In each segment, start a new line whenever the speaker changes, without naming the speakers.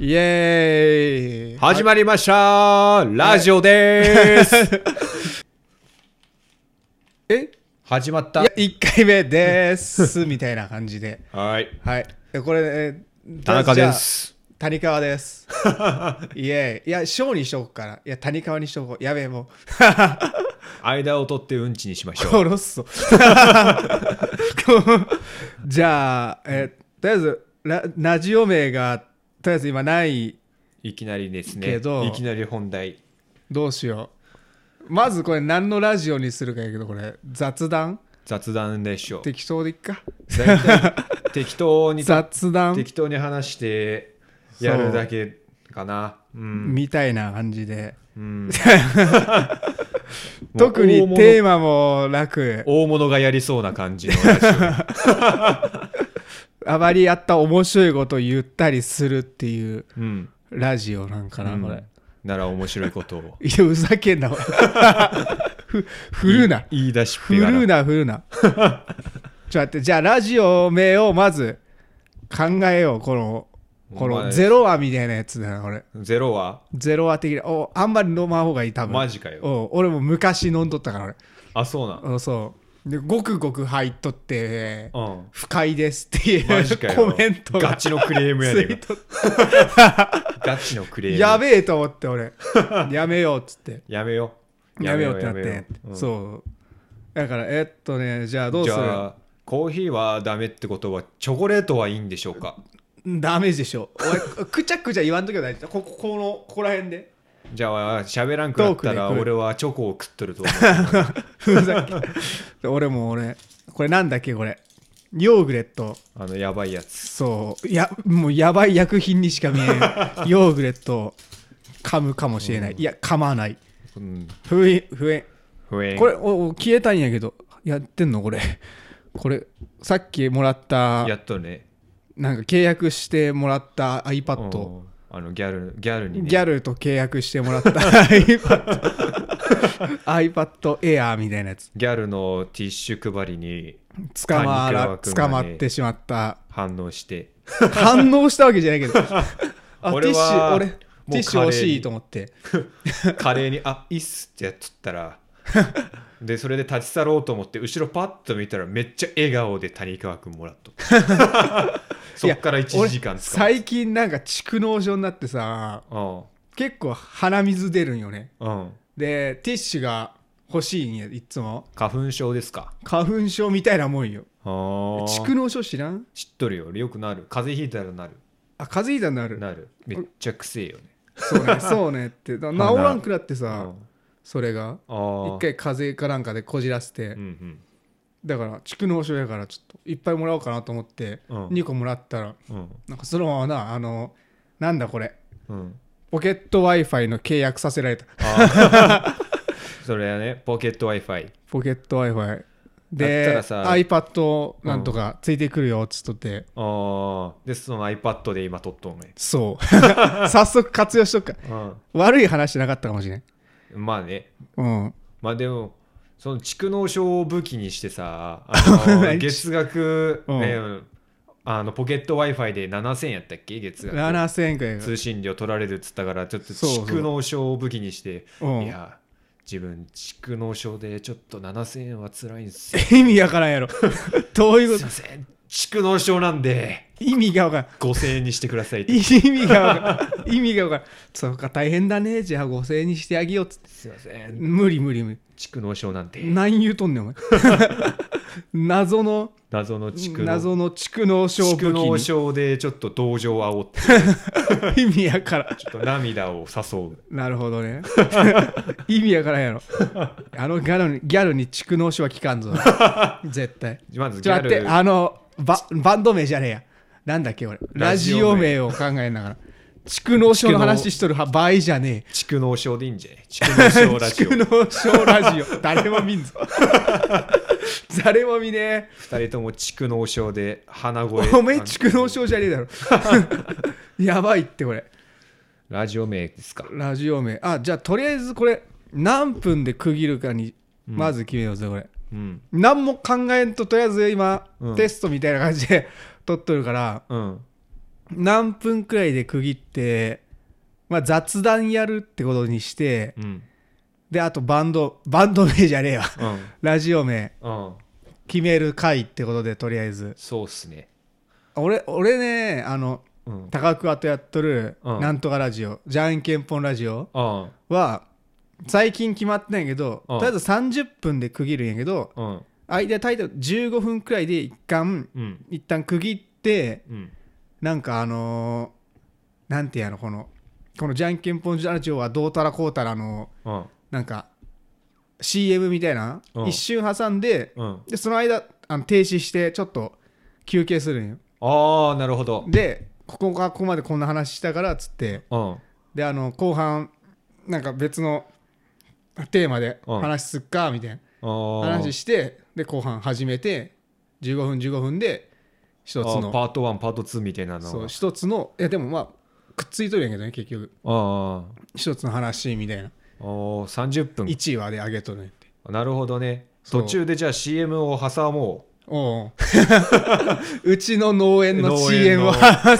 イエーイ
始まりましたラジオでーす
え
始まった
いや1回目ですみたいな感じで
はい。
はいでこれ、えー
田中で
じ
す。
ゃあ谷川です イエーイいや小にしとこうかないや谷川にしとこうやべえも
間を取ってうんちにしまし
う
ょ
殺
う。
すぞじゃあ、えーとりあえずララジオ名がとりあえず今ない
いきなりですね。
けど
いきなり本題。
どうしようまずこれ何のラジオにするかやけどこれ雑談
雑談でしょう。
適当でいっか
大体適当に、
雑談
適当に話してやるだけかな。うん。
みたいな感じで
うん、
特に
ー
テーマもなく
大物がやりそうな感じの ラジオ
あまりやった面白いことを言ったりするっていう
うん。
ラジオなんかな、これ
なら面白いことを。
いやふざけんなおいふ振るな
言い出しっ
振
ぺが
るな振るなちょっと待ってじゃあラジオ名をまず考えようこのこ
お
の
前
ゼロ話みたいなやつだなこれ
ゼロは
ゼロ話的なおあんまり飲まん方がいい多分
マジかよ。
お俺も昔飲んどったから俺
あ、そうな
うんそうでごくごく入っとって
ん。うん。
不快ですっていう
マジかよ
コメント
ガ
が
チのクレームやねん
ツイ
か
ート
ガチのクレーム
やべえと思って俺 やめようっつって
やめよ
やめようってなって
うん
そうだからえっとねじゃあどうす
じ
る
ゃあコーヒーはダメってことはチョコレートはいいんでしょうか
ダメージでしょ俺 くちゃくちゃ言わんときは大事だこここのここら辺で
じゃあ喋らんくなった
トー
ら
クで来る
俺はチョコを食っとると思
ふざけで俺も俺これなんだっけこれヨーグレット
うあのやばいやつ
そういやもうやばい薬品にしか 見えんヨーグレットを噛むかもしれない、いや噛まない
うん
不意不縁
不縁
これおお消えたんやけどやってんのこれこれさっきもらった
やっとね
なんか契約してもらった iPad、
うんあのギャルギャルにね
ギャルと契約してもらった iPad iPad Air みたいなやつ
ギャルのティッシュ配りに
捕ま
パ
ら
ニックワークマ
捕
ン
ま
がね
ってしまった
反応して
反応したわけじゃないけ どあティ
俺
ッシュ
は
俺
もう
ティッシュ欲
カレー
しい
に
と思って
カレーに「あいいっす」ってやっとったら でそれで立ち去ろうと思って後ろパッと見たらめっちゃ笑顔で谷川君もらっとった そっから
いや
1時間
俺
使う
最近なんか蓄膿症になってさ
うん
結構鼻水出るんよね
うん
でティッシュが欲しいんやいっつも
花粉症ですか
花粉症みたいなもんよ
あー
蓄膿症知らん
知っとるよ俺よくなる風邪ひいたらなる
あ風邪ひいたんなる
なるめっちゃくせえよね
そうねそうね ってだ治
鼻
らんくなって
う
さ、
ん
それが
あー
一回風邪かなんかでこじらせて、
うん
だから蓄膿症やからちょっといっぱいもらおうかなと思って、
うん
2個もらったら
うんうん
なんかそのままなあのなんだこれ
うん
ポケット w i f i の契約させられた
あーそれはねポケット w i f i
ポケット w i f i
だ
で
ったらさ
iPad なんとかついてくるよっつっとって、
あーでその iPad で今撮っとんね、
そう 早速活用しとくか
う
悪い話じゃなかったかもしれん
ん、まあね
うん
まあでもその蓄膿症を武器にし てさあの
何
月額、
うん
ねあのポケット w i f i で7000円やったっけ月額
7000円くらいが
通信料取られるっつったからちょっと
そうそう
蓄膿症を武器にして
うん
いや自分蓄膿症でちょっと7000円は辛いんすよ
意味わからんやろ どういう
す
こ
いません蓄膿症なんで
と意味がわからん
5000円にしてくださいって
意味がわからん意味がわからんそうか大変だねじゃあ5000円にしてあげようっつって
すいません
無理無理無理
蓄膿症なんで
何言うとんねん お前謎の
謎の蓄膿
謎の蓄膿症
蓄
武器
膿症でちょっと同情を煽っ
に
て
意味やから
ちょっと涙を誘う
なるほど ね意味やからんやろあのギャルにギャルに蓄膿症は効かん ぞ絶対
まず
ち
ギ
ょっ
ャ
と待っ
ル
てあのババンド名じゃねえやなんだっけ俺ラ
ラ
ジ
ジ
オ
オ
名
名
を考えながら蓄膿症の話しとる場合じゃねえ
蓄膿症でいいんじゃない蓄膿症 ラジオ
蓄膿症ラジオ 誰も見んぞ誰も見ね
二人とも蓄膿症で鼻
え
声
おめえ蓄膿症じゃねえだ ろやばいってこれ
ラジオ名ですか
ラジオ名あじゃあとりあえずこれ何分で区切るかにまず決めようぜこれ、
うん
何も考えんととりあえず今、
う ん
テストみたいな感じで撮っとるから
うん
何分くらいで区切って、まあ、雑談やるってことにして
うん
であとバンドバンド名じゃねえわ
うん
ラジオ名
うん
決める回ってことでとりあえず
そうっすね
俺俺ねあの
うん
高桑とやっとる
うん
なんとかラジオ、じゃんけんぽんラジオ
うん
は最近決まってないけど、
う
と
ん
りあえず30分で区切るんやけど
うん
相手タイトル15分くらいで一旦
うん
一旦区切って
うん
なんかあのーなんてやのこのこのじゃんけんぽんラジオはどうたらこうたらの
うん
なんか CM みたいな、
うん
一瞬挟んで
うん
でその間あの停止してちょっと休憩するんよ
ああなるほど
でここがここまでこんな話したからっつって
うん
であの後半なんか別のテーマで
うん
話すっかみたいな話
話
してで後半始めて15分15分で一つの
パート1パート2みたいなの
そう
が
一つのいやでもまあくっついとるんやけどね結局
ああ
一つの話みたいな
あー30分
1話で上げとるんやって
なるほどね
そう
途中でじゃあ CM を挟も
おう うちの農園の
農園
CM を
の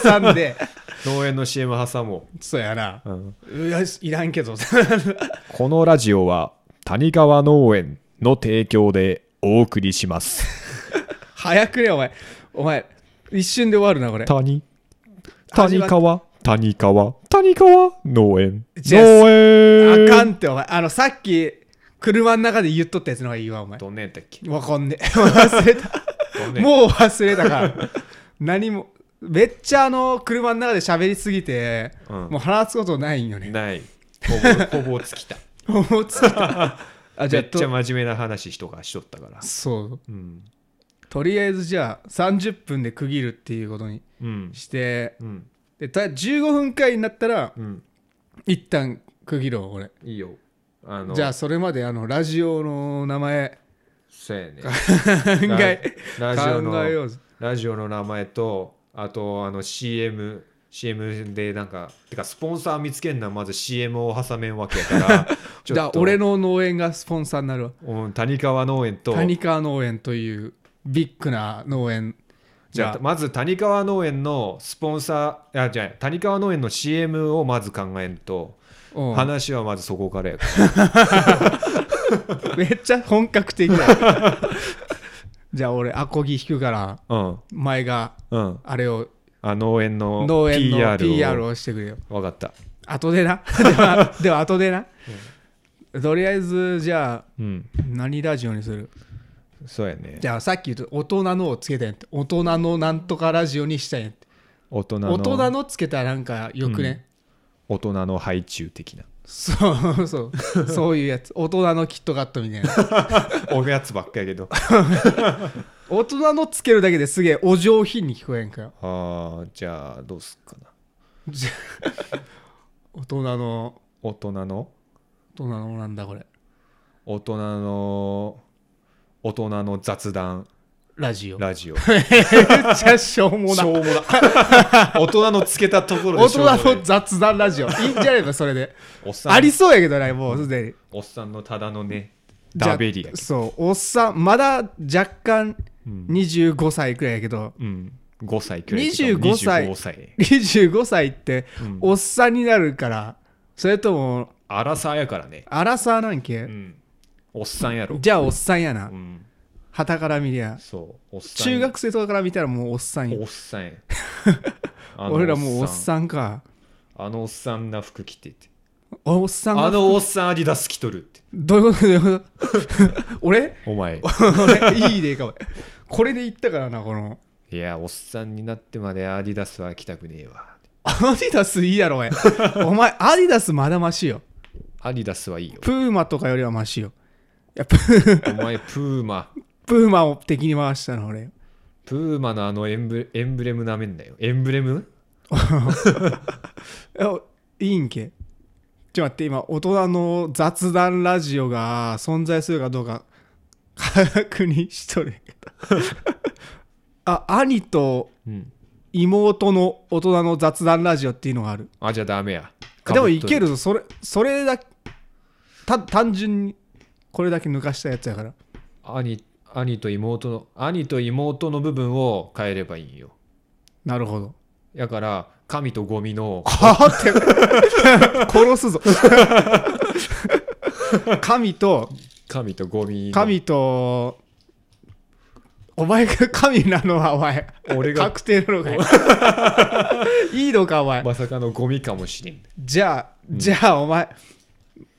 挟んで
う農園の CM 挟も
そうやな
う、うん
いやいらんけど
このラジオは谷川農園の提供でお送りします
早くねお前お前一瞬で終わるなこれ
谷
谷
川谷川谷川農園
違う
園
あかんってお前あのさっき車の中で言っとったやつの方がいいわお前
どんなんやったっけ
わかんねえ忘れた
どんなんや
もう忘れたか ら何もめっちゃあの車の中で喋りすぎて、
うん
もう話すことないんよね
ないほぼほぼ尽きた
思いつい た あじ
め
ゃあ
っちゃ
と
真面目な話人がしとったから
そう
うん
とりあえずじゃあ30分で区切るっていうことに
うん
して
うん
でた15分回になったら
うん
一旦区切ろう俺
いいよあの
じゃあそれまであのラジオの名前
そうやね
考え
ララジオの
考えようぜ
ラジオの名前とあとあの CM CM でなんかてかスポンサー見つけんなまず CM を挟めんわけやから
じゃあ俺の農園がスポンサーになるわ
うん谷川農園と
谷川農園というビッグな農園
じゃあまず谷川農園のスポンサーあじゃあ谷川農園の CM をまず考えんと、
うん
話はまずそこからやから
めっちゃ本格的だじゃあ俺アコギ弾くから
うん
前が
うん
あれを
あ農園の
農園の
PR を
PR をしてくれよ
分かった
後で なではでは後でな、とりあえずじゃあ
うん
何ラジオにする
そうやね
じゃあさっき言うと大人のをつけたんやって大人のなんとかラジオにしたんやって
大人の
大人のつけたらなんかよくね、
大人のハイチュウ的な
そうそうそういうやつ大人のキットカットみたいな
おやつばっかやけど
大人のつけるだけですげえお上品に聞こえんかよ
あーじゃあどうすっかな
大人の
大人の
大人のなんだこれ
大人の大人の雑談
ラジオ
ラジオ
めっちゃしょうも
し
な
ょう もな大人のつけたところ
大
でしょうもない
人の雑談ラジオいいんじゃないかそれで
おっさん
ありそうやけどねもうすでに
おっさんのただのね
じゃ
ダベリやけど
そうおっさんまだ若干
うん
25歳くらいやけど
うん5歳くらい
25歳
25歳
25歳って
うん
おっさんになるからそれとも
アラサーやからね
アラサーなん
う
け
んおっさんやろ
じゃあおっさんやな
うん
旗から見りゃ
そうおっさん
中学生とかから見たらもうおっさんや
おっさんやあの
俺らもうおっ
ん
さんか
あのおっさんな服着てて
おっさんが
あのおっさんアディダス着とるって
どういうことどういうこと 俺
お前
俺いいでかもこれで言ったからなこの
いや、おっさんになってまでアディダスは着たくねえわ。
アディダスいいやろおいお前アディダスまだマシよ
アディダスはいいよ。
プーマとかよりはマシよいやプー
お前、プーマ。
プーマを敵に回したの俺
プーマのあのエンブレエンブレムなめんなよ。エンブレム
えいいんけちょっと待って今大人の雑談ラジオが存在するかどうか確認しとるんや けどあ兄と
うん。
妹の大人の雑談ラジオっていうのがある
あ、じゃあダメや。
でもいける
ぞ。
ぞそれそれだた単純にこれだけ抜かしたやつやから
兄、兄と妹の、兄と妹の部分を変えればいいよ。
なるほど
だから神とゴミの
はあって 殺すぞ神と
神とゴミの
神とお前が神なのはお前
俺が
確定なのかいいいのかお前
まさかのゴミかもしれん
じゃあじゃあお前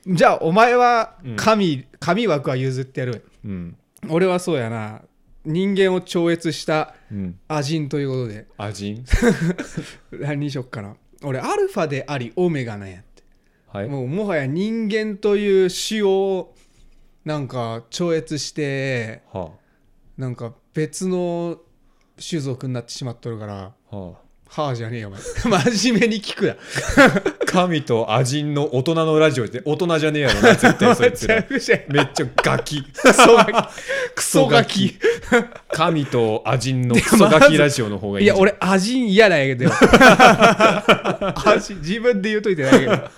じゃあお前は神、神枠は譲ってやる
うん
俺はそうやな人間を超越した
うん
アジンということで
アジン
何にしよっかな俺アルファでありオメガなんやって
はい
もうもはや人間という種をなんか超越して
は
なんか別の種族になってしまっとるから
あは
「はあ」じゃねえよお前 真面目に聞くな
あ神とアジンの大人のラジオって大人じゃねえやろな絶対そいつら
めちゃくちゃ
めっちゃガキ
クソガキクソガキ
神とアジンのクソガキラジオの方がいい
いや俺アジン嫌なんや けどアジン自分で言うといてないけどア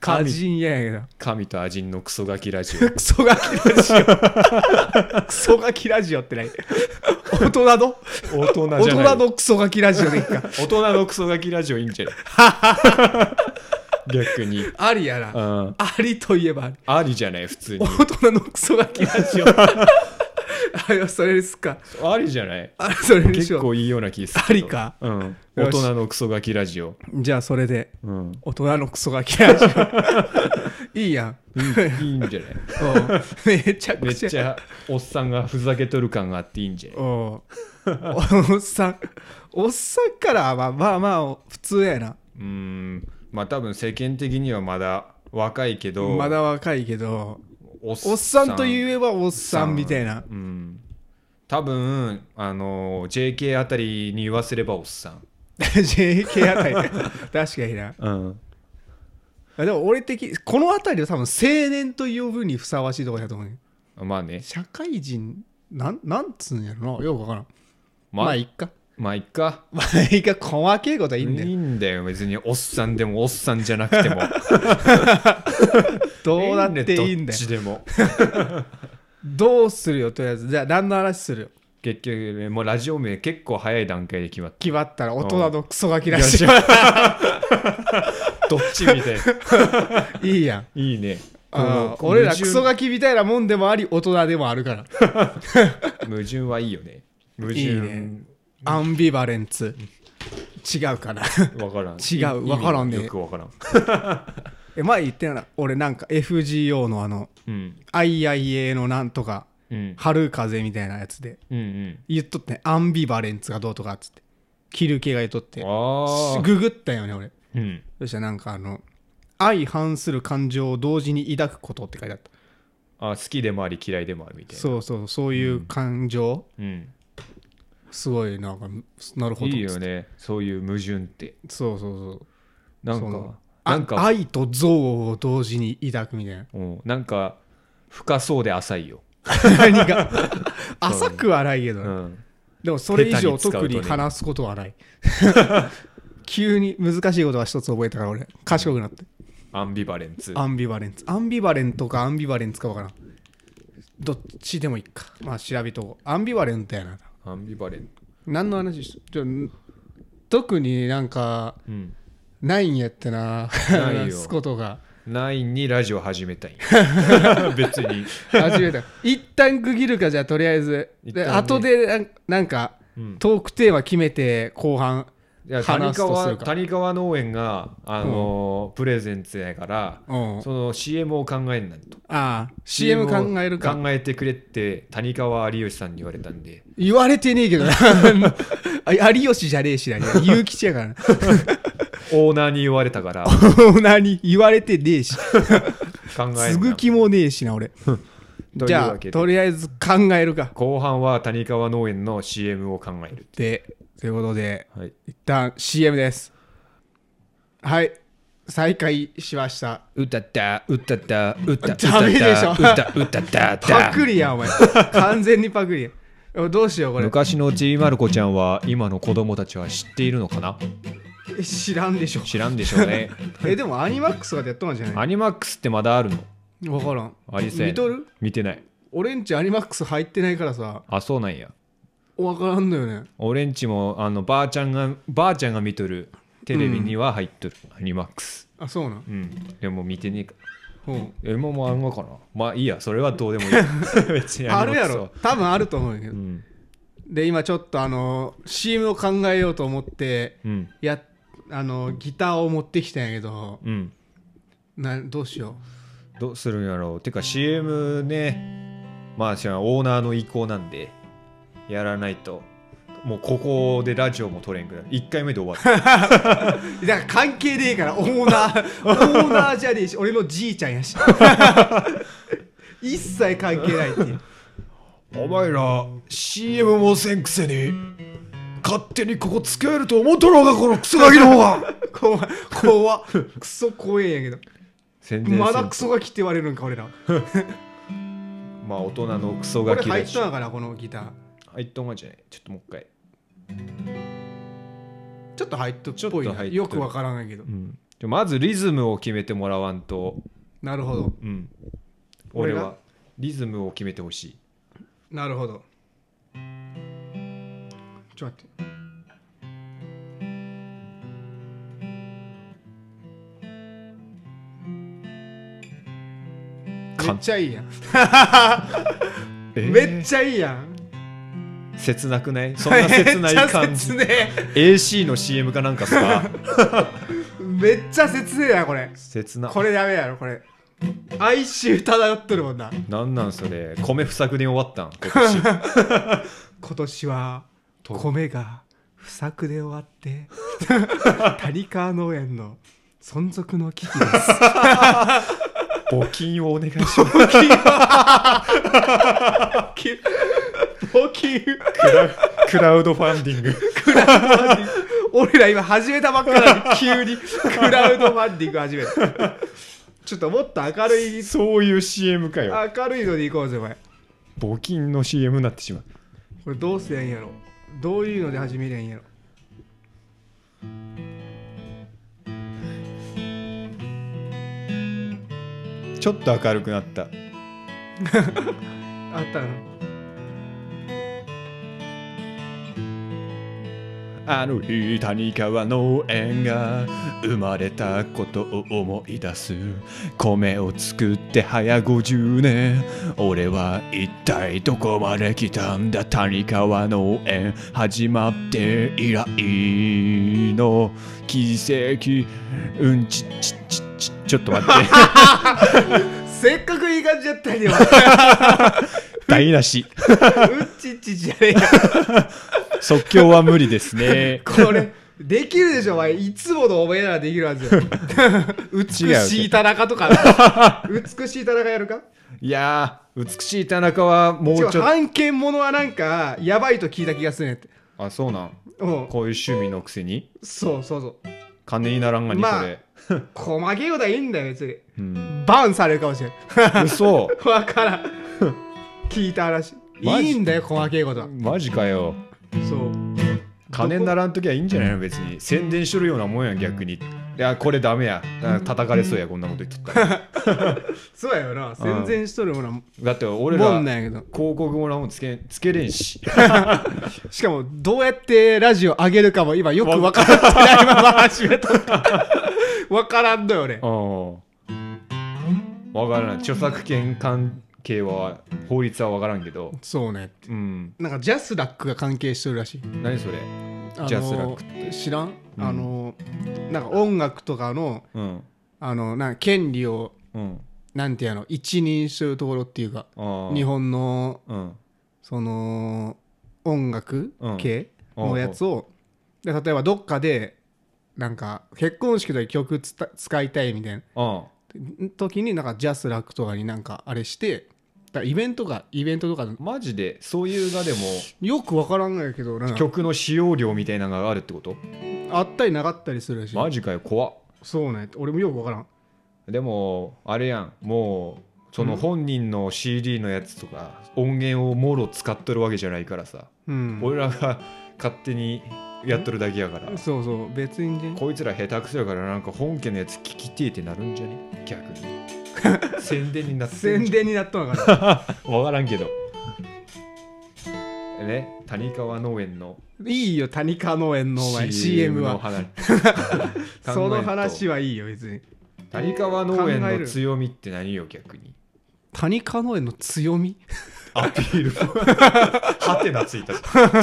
神
ジン嫌やけど
神とアジンのクソガキラジオ
クソガキラジ オクソガキラジオってない大人の
大人
大
じゃない
人のクソガキラジオでいいか
大人のクソガキラジオいいん じゃない逆に
ありやな
うん
ありといえばあり
ありじゃない普通に
大人のクソガキラジオあれはそれですか
ありじゃない
あそれにし
結
よう
構いいような気する
ありか
うん
よ
大
し
人のクソガキラジオ
じゃあそれで
うん
大人のクソガキラジオいいやん、
い いんじゃない
うんめちゃく
めっ
ちゃ
ちゃおっさんがふざけとる感があっていいんじゃない
おおっさんおっさんからはまあまあ普通やな
うーんまあ多分世間的にはまだ若いけど
まだ若いけど
おっさん
おっさんと言
う
えばおっさんみたいな
うん多分あの JK あたりに言わせればおっさん
JK あたり確かにな
うん
でも俺的このあたりは多分青年と呼ぶにふさわしいところだと思うよ
まあね
社会人なんなんつうんやろなよくわからんま
ま
あ、
あ、
いっか
まあいっか
まあいっか細けいことはい
い
いんだよ、
別におっさんでもおっさんじゃなく ても
どうだっていいん
ど
だ
っ
よ
ちでも
どうするよとりあえずじゃあ何の話するよ
結局ねもうラジオ名結構早い段階で決まっ
決まったら大人のクソガキら
いや
し
知
い
らたどっちみたいな い
いやん
いいね
あー
この
俺ら
矛盾
クソガキみたいなもんでもあり大人でもあるから
矛盾はいいよね矛盾
いいねアンビバレンツ違うかな
わからん
違うわからんね
意味よくわからん
え前言ってな俺なんか FGO のあの
うん
IIA のなんとか
うん
春風みたいなやつで
うんうん
言っとってアンビバレンツがどうとかっつってキル系が言っとって
ああ
ググったよね俺
うん
そしたらなんかあの相反する感情を同時に抱くことって書いてあった
あ好きでもあり嫌いでもあるみたいな
そうそうそういう感情、
うん
すごいなんかなるほど
いいよねそういう矛盾って
そうそうそう
なん
そうな
か
のあ
なんか
愛と憎悪を同時に抱くみたいな
うんなんか深そうで浅いよ
何 が浅くはないけど
う
な、
ん
でもそれ以
下手
上
に使うと
特
ね
に話すことはない 急に難しいことは一つ覚えたから俺賢くなって
アンビバレンツ
アンビバレンツアンビバレントかアンビバレンツかわからんどっちでもいいかまあ調べとこうアンビバレントやな
アンビバレン
何の話しちょ特になんか
うん
ないんやってな
ないよ
話すことが
9にラジオ始めたい 別に
初めて一旦区切るかじゃあとりあえず
一
で
旦ね
後でなんなんか、
うん
トークテーマ決めて後半
いや谷
話すとする
川
か
谷川農園が、あのープレゼンツやから、
うん
その CM を考えんないと
ああ CM 考えるか
考えてくれって谷川有吉さんに言われたんで
言われてねえけどな あ有吉じゃねえしな結吉やからな
オーナーに言われた から
オーナーに言われてねえし
考えんな
継ぐ気もねえしな俺
とい
じ
う
ゃ
わ
あ
けで
とりあえず考えるか
後半は谷川農園の CM を考える、
でということで
はい、
一旦 CM ですはい再開しました
歌った歌った歌っ た
ダメでしょ
歌った歌った
パクリやんお前完全にパクリやんおどうしようこれ
昔のちびまる子ちゃんは今の子供たちは知っているのかな
え知らんでしょ
知らんでしょ うね
えでもアニマックスとかでやっとんじゃな
アニマックスってまだあるの
いわからん
ありせん
見とる
見てない
俺んちアニマックス入ってないからさ
あそうなんや
分からんのよね
俺んちもあのばあちゃんがばあちゃんが見とるテレビには入っとる、アニマックス
あそうなん
うんでも見てねえか
ほう
えももあんのかなまあいいやそれはどうでも いい別に
あ
アニ
る
マ
や
ックスは
ろ多分あると思うけ
う
ど
ん
で今ちょっとあの CM を考えようと思って
うん
やあのギターを持ってきたんやけど
うん
などうしよ
どうするんやろうてか CM ねまあじゃあオーナーの意向なんでやらないともうここでラジオも撮れんくらい1回目で終わった
うだから関係ねえからオーナー オーナーじゃねえし俺のじいちゃんやし 一切関係ないっていう
お前ら CM もせんくせに勝手にここ付き合えると思うとろうがこのクソガキの方 が
怖い怖っクソ怖えんやけ
全
ど
然
まだクソが来て言われるんか俺ら
まあ大人のクソ
こ
ガ
れ
キ
入
だ
っ
し
とんやからこのギター
入っとんがじゃないちょっともう一回
ちょっと入っとっぽい
ちょっ
な
と入っとる
よくわからないけど
うんじゃまずリズムを決めてもらわんと
なるほど
うん
俺
俺
が
はリズムを決めてほしい
なるほどちょっと待ってめ
かん
っちゃいいやん、めっちゃいいやん
切なくないそんな切 ない感じ
めっちゃ切ね
AC の CM かなんか さ
えめっちゃ切ねえやこれ
切な
これダメやろこれ哀愁漂ってるもんな
なんなんそれ米不作で終わったん今 年
今年は
と
米が不作で終わって 谷川農園の存続の危機です
募金をお願いします
募金
クラクラウドファンディング
俺ら今始めたばっかなのに急にクラウドファンディング始めたちょっともっと明るい
そういう CM かよ
明るいのでいこうぜお前
募金の CM になってしまう
これどうすりゃいいんやろどういうので始めりゃいいんやろ
ちょっと明るくなった
あったの
あの日谷川農園が生まれたことを思い出す米を作って早50年俺は一体どこまで来たんだ谷川農園始まって以来の奇跡うんちちちちちょっと待って
せっかくいい感じだったのにお前
台無し
うっちっちじゃねえや
即興は無理ですね
これできるでしょお前いつものお前ならできるはずよ美しい田中とか美しい田中やるか
いやー美しい田中はもう
ち
ちょ
ょ
っと
判件ものはなんかやばいと聞いた気がするねんって
あそうなん
うん
こういう趣味のくせに
そうそうそ
金にならんがに
まあ
それ、
う細けいことはいいんだよ別に
うん、
バンされるかもしれん
嘘
わからん聞いた話い
マジ
いんだよ細けいことは
マジかよ
そう
金にならんときはいいんじゃないの別に宣伝しとるようなもんや逆にいやこれダメやあ叩かれそうやこんなこと言っとったら
そうやよな全然しとるものは
だって俺ら
もん
広
なんやけど
告もらうもんつけつけれんし
しかもどうやってラジオ上げるかも今よく分からってないまま始めとった分からんの よ俺
うんわからない著作権関係は法律はわからんけど
そうね
うん
なんかジャスラックが関係しとるらしい
何それ
あの
ジャスラック
知らん、
うん
あのなんか音楽とかの
うん
あのなんか権利を
うん
なんていうの一任するところっていうか
ああ
日本の
うん
その音楽系
うん
のやつを、で例えばどっかでなんか結婚式で曲つた使いたいみたいな
あ
時になんかジャスラックとかになんかあれしてだからイベントがイベントとか
マジでそういうがでも
よくわからんないけどなんか
曲の使用料みたいなのがあるってこと
あったりなかったりするらしい
マジかよ怖っ
そうね俺もよくわからん
でもあれやんもうその本人の CD のやつとか音源をもろ使っとるわけじゃないからさ、
うん
俺らが勝手にやっとるだけやから、
そうそう別にね
こいつら下手くそやからなんか本家のやつ聞きてえってなるんじゃね逆 に宣伝になってん
宣
じ
伝になったのかな
ゃん分からんけどね、谷川農園の
いいよ谷川農園のお前 CM
CM の
は
話。
その話
は。
はいいよ別に
谷川農園
考え
の
る
強みって何よ、逆に。
谷川農園の強み
アピール。はてなついた。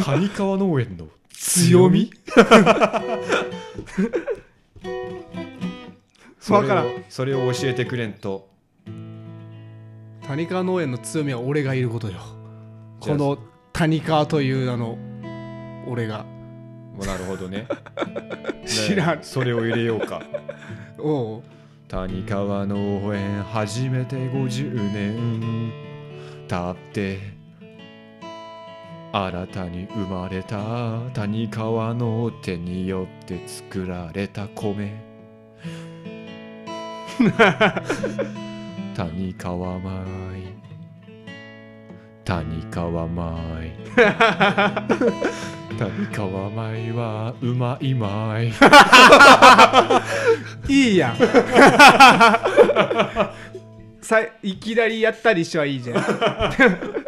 谷川農園の強みそ
わ
れ
から
を
ん
それを教えてくれんと。
谷川農園の強みは俺がいることよ
じゃ
この
あ
谷川というあの俺が
なるほどね。
知らん
ねそれを入れようか。
おう
谷川農園始めて50年経って新たに生まれた谷川の手によって作られた米谷川米谷川米谷川米はうまい米
いいや んさいきなりやったりしてはいいじゃん